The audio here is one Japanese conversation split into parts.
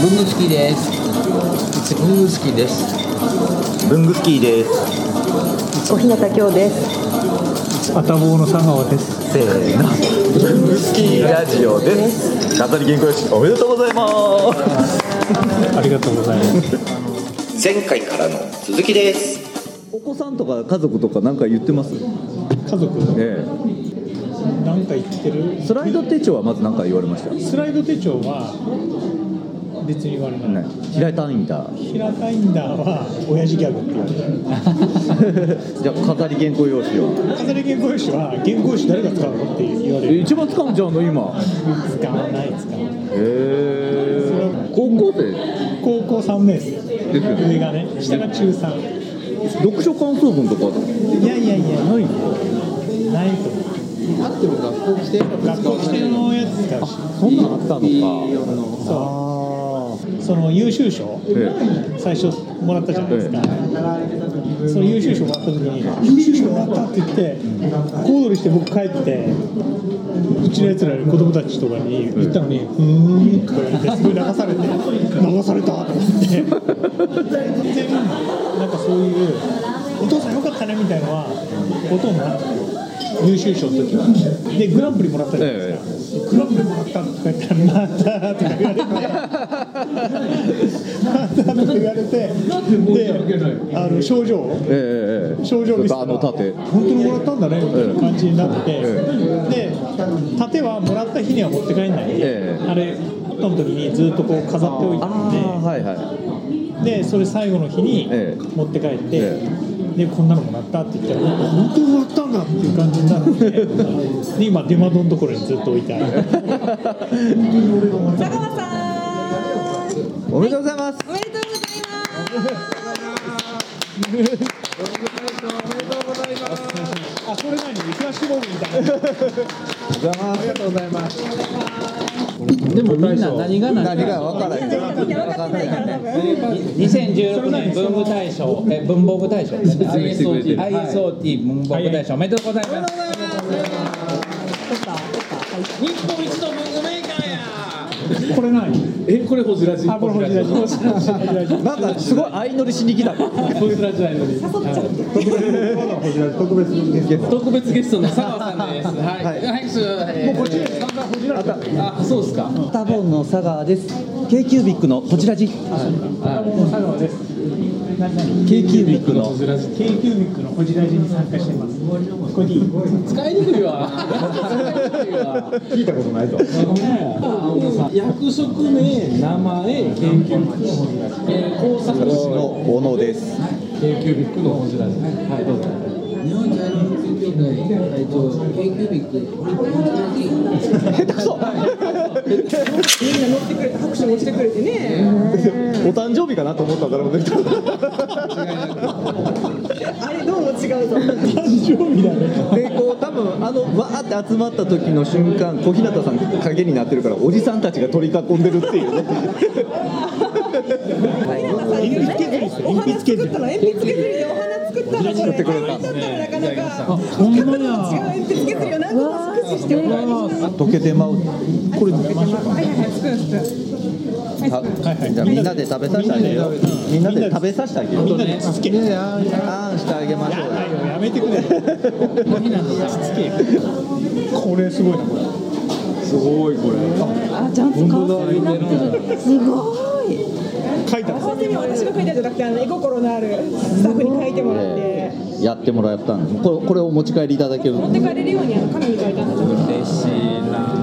文具好きです文具好きです文具スキーですお日向京です。アタボーの佐川です。せーの文具スキーラジオです飾り健康式おめでとうございますありがとうございます。前回からの続きですお子さんとか家族とか何か言ってます家族えなんか言ってるえスライド手帳はまず何か言われましたスライド手帳は別に言われない。平たいんだ 平たいんだは親父ギャグって言われる。じゃあ飾り原稿用紙を飾り原稿用紙は原稿用紙誰が使うのって言われる。一番使うんちゃうの今使わない使わない。へえ高校生高校三年生。ですよね上がね、下が中三。い読書感想文とかやいやいや、ないないと思う。あっても学校来て学校規定のやつ使うし、そんなんあったのかそう。その優秀賞。え最初もらったじゃないですか、その優秀賞もらった時に優秀賞もらったって言って小躍りして僕帰ってうちのやつらより子供たちとかに言ったのに「うーん」とか言ってすごい流されて流されたと思って全然なんかそういう「お父さんよかったね」みたいなのはこともなく優秀賞の時はでグランプリもらったじゃないですか、グランプリもらったのとか言ったら「また」とか言われて。なんだとか言われて、で、あの症状を、ええええ症状見せたらあの盾本当にもらったんだねみたいな感じになって、で、盾はもらった日には持って帰んない、ええあれ、コットの時にずっとこう飾っておいたああんはいはいで、で、それ最後の日にええ持って帰って、えで、こんなのもらったって言ったら、本当にもらったんだっていう感じになって、で、今、出窓のところにずっと置いて ある。佐川さんおめでとうございますおめでとうございますあ、それ何フラッシュボールみたいな。でもみんな何が何何かが分からへんみんな分かってないから多分2016年文具大賞え文房具大賞 ISOT ISOT 文房具大賞おめでとうございますこれ何えこれホジラジあ、これホジラジ。ホジラジ。ホジラジ。なんかすごい相乗りしに来た特別ゲストの佐川さんですはい拍手えーあそうですかタボンの佐川です K キュービックのこちらじ K 佐川です。キュービックの k q ミックのホジラジに参加してます。ここに。使いにくいわ使いにくいわ聞いたことないぞ役職名、名前、研究えー、工作士私の小野です研究ビックの本社です。はい、どうぞ。日本茶色の選挙会会長、研究ビッグ、こ下手くそみんな乗ってくれて拍手もしてくれてねお誕生日かなと思ったからもできたあれどうも違うと思うでこう多分あのわーって集まった時の瞬間小日向さん影になってるからおじさんたちが取り囲んでるっていうね鉛筆削りですよお花作ったの鉛筆削りでお花作ったのこれ作ってくれただったらなかなかほんまや違う鉛筆削りを何度もスクショしてお願いした溶けてまうこれはいはいはいスプーンスプーンじゃあみんなで食べさせてあげようみんなで食べさせてあげようみんなでつけ。やあーしてあげましょうだよやめてくれよ。みんなでつけ。これすごいなこれ。あ、ちゃんとカウンセになってる。すごい。書いたの。本当に私が書いたんじゃなくてあの絵心のあるスタッフに書いてもらってえーやってもらったんですこれこれをお持ち帰りいただける持って帰れるようにあの紙に書いたんだと思って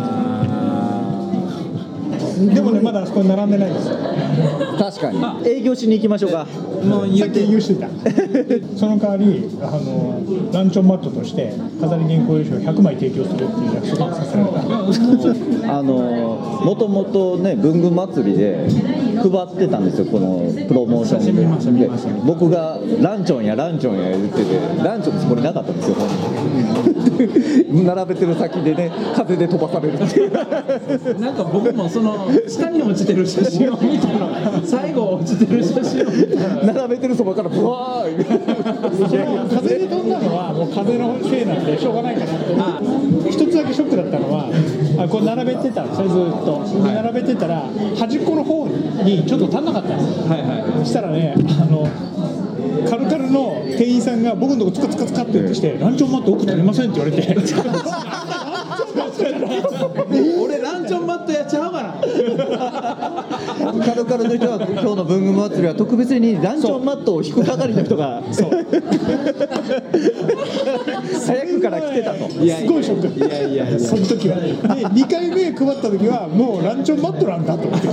でもねまだあそこに並んでない です。さ確かに営業しに行きましょうかっき言うしてた。その代わりあのランチョンマットとして飾り原稿用紙を100枚提供するっていう約束をさせられた。あのもともとね文具祭りで配ってたんですよこのプロモーションでで僕がランチョンやランチョンや言っててランチョンってこれなかったんですよ本当に並べてる先でね風で飛ばされるっていうなんか僕もその下に落ちてる写真を見たら、最後落ちてる写真を見たら。並べてるそばからブワーその風で飛んだのはもう風のせいなんでしょうがないかなと思って一つだけショックだったのはああこう並べてたんですねずーっと、で並べてたら端っこの方にちょっと足んなかったんですよはいはいはいそしたらねあのカルカルの店員さんが僕のとこつかつかつかって言ってきて「ランチョンマット奥取りません」って言われてランチョンマット俺ランチョンマットやっちゃうからカルカルの人は今日の文具祭りは特別にランチョンマットを引く係の人が早くから来てたと。すごいショックいやいやいやその時はで2回目配った時はもうランチョンマットなんだと思ってい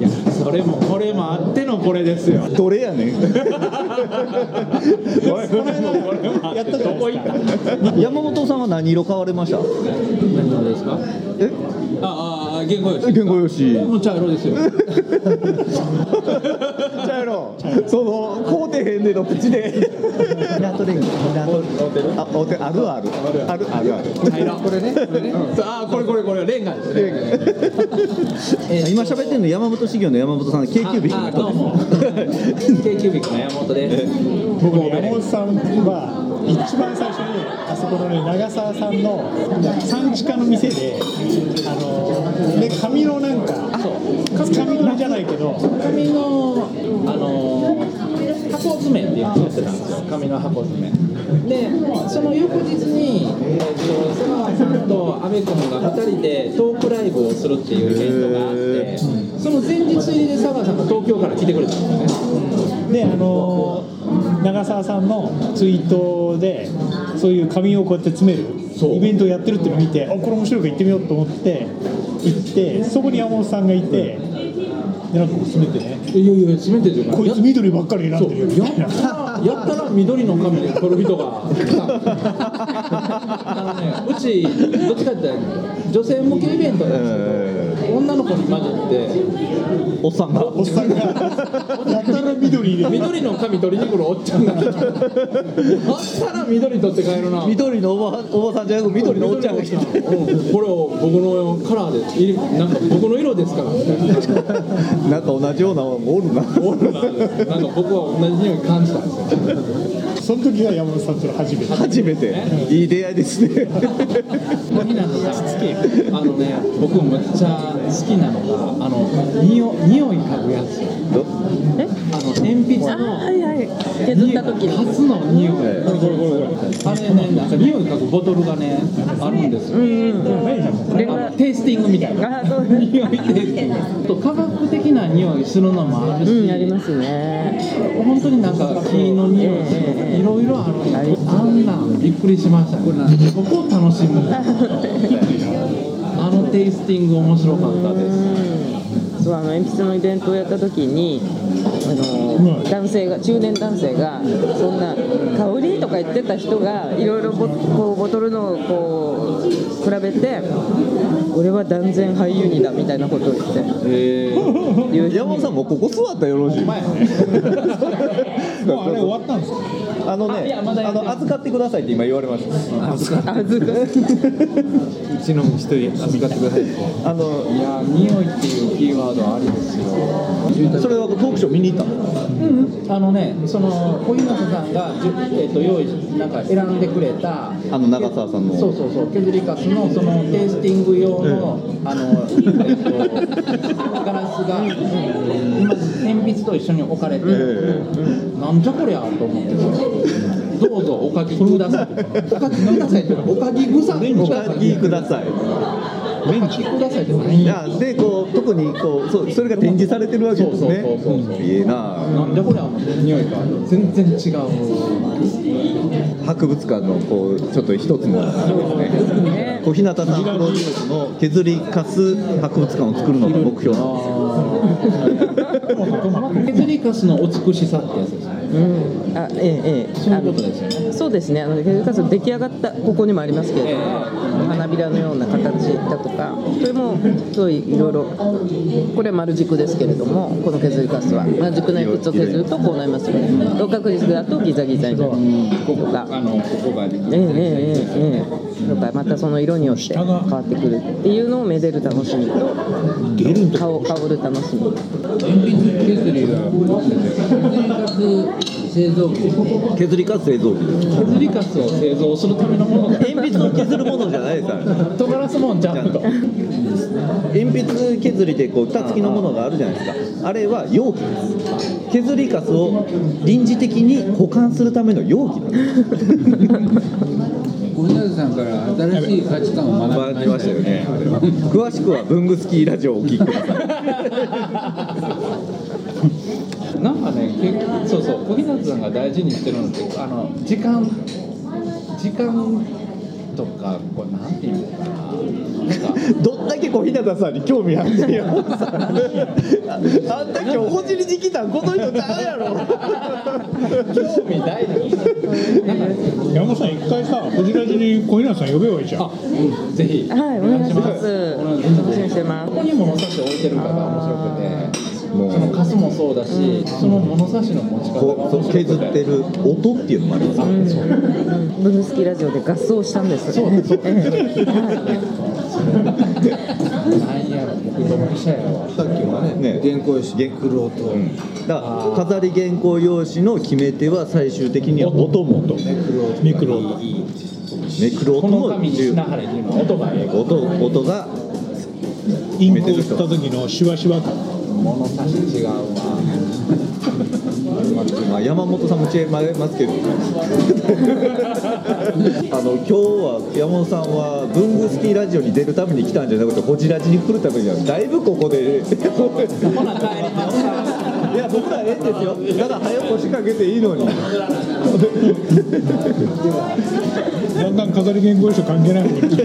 やそれもこれもあってのこれですよどれやねん やったじゃないですか山本さんは何色買われました何のですかえああ、言語よし。言語用紙もう茶色ですよ。茶色その工程編での口で港連合港あお手あるあるあるあるある茶色これねこれねああこれこれこれレンガですね今喋ってるの山本修行の山本さん k あ q b のあどうも人 k キュービックの山本です僕ね山本さんは一番最初にあそこのね長澤さんの産地下の店であので紙のなんか紙のりじゃないけど紙の、あのー箱詰めっていうのをやってたんですよ紙の箱詰めでその翌日に、えー、と瀬川さんと阿部君が2人でトークライブをするっていうイベントがあってその前日で瀬川さんが東京から来てくれたんですよねであの長澤さんのツイートでそういう紙をこうやって詰めるイベントをやってるっていうのを見てあこれ面白いから行ってみようと思って行ってそこに山本さんがいてでなんかこう詰めてねいやいや詰めてるじゃこいつ緑ばっかり選んでるよみたいなやったら緑の髪で撮る人があのねうちどっちかって言ったら女性向けイベントなんですけど女の子に混 じおっさんがおっさんがやったら緑入 れってて緑の髪取りに来るおっちゃんが来たやったら緑取って帰るな緑のおばおばさんじゃなく緑のおっちゃんが来てうんこれを僕のカラーでいりなんか僕の色ですからみたいな なんか同じようなもんおるなオールななんか僕は同じ匂い感じたんですよその時が山本さんとの初めて初めていい出会いです ねあのね僕むっちゃ好きなのがあの匂匂い嗅ぐやつどあの鉛筆あのはいはい削った時に初の匂い、ええこれこれこれこれあれねなんか匂い嗅ぐボトルがねあるんですよ、あのテイスティングみたいなあそう匂いテイスティングと科学的な匂いするのもあるし、うんやりますね本当になんか木の匂い、いろいろあるんであんなんびっくりしましたねそこを楽しむあのテイスティング面白かったです、うんそうあの鉛筆のイベントをやった時にあの男性が中年男性がそんな「香り」とか言ってた人がいろいろボこうボトルのをこう比べて「俺は断然俳優にだ」みたいなことを言って言う人山本さんもうここ座ったらよろしい もうあれ終わったんですかあのね、あの預かってくださいって今言われました。 あずくうちの一人預かってくださいあのいやー匂いっていうキーワードありですよそれはトークショー見に行ったの。あのね、その小日向さんが、じゅえっと用意しなんか選んでくれたあの長澤さんのそうそうそう削りカスのそのテイスティング用の、あの、えっと、ガラスが、今鉛筆と一緒に置かれて、なんじゃこりゃと思ってどうぞおかきくださいおかきくださいっておかきくさお書きくだささい。いおかきくださいってい何やでこう特にこうそうそれが展示されてるわけですねそうそうそうそう。いいな。なんじゃこりゃ思って匂いが全然違う博物館のこうちょっと一つのですね。こう日向さんプロデュースの削りかす博物館を作るのが目標なんですよ。削りカスの美しさってやつですね。うんあええええそういうことですよね。あのそうですねあの結局その出来上がったここにもありますけれども、花びらのような形だとかそれもすごいいろいろこれは丸軸ですけれどもこの削りカスは丸軸の鉛筆を削るとこうなりますよね六角軸だとギザギザになるとかあのここがええええええとかまたその色によって変わってくるっていうのをめでる楽しみと香香る楽しみ鉛筆削りが製造機削りかす製造機。削りカスを製造するためのものだ鉛筆を削るものじゃないりさん尖らすもんちゃんと鉛筆削りでこう蓋付きのものがあるじゃないですかあれは容器です削りカスを臨時的に保管するための容器なんです小日向さんから新しい価値観を学学びましたよねあれは詳しくは文具スキーラジオをお聞きくださいなんかね、結局そうそう、小日向さんが大事にしてるのって、あの時間。時間とか、これなんていうのかな。なんか、どんだけ小日向さんに興味あんねんよあんた今日お尻に来たんこの人ちゃうやろ興味ないのに。なんか、山本さん一回さこじらじに小平さん呼べばいいじゃんあ、うん、ぜひ。はい、お願いします。お願いします楽しみにしてますこ。こに物差し置いてるから面白くて。そのカスもそうだし、その物差しの持ち方が こう面そう白削くってて。る音っていうのもありますよねブルースキーラジオで合奏したんです。そう、そう。なんやろ、僕とも記者やわ。さっきもねね原稿用紙来る音だから飾り原稿用紙の決め手は最終的には音もとミクロとめくるこ音のも紙にしなはれっていうのは音がええから。音音がインクを吸った時のシワシワ感物差し違うわ。まあ、山本さんも違います けどあの今日は山本さんは文具スキーラジオに出るために来たんじゃなくてホジラジに来るためにはだいぶここでいや僕らええんですよただ早く腰掛けていいのにだんだん飾り言語書関係ない方に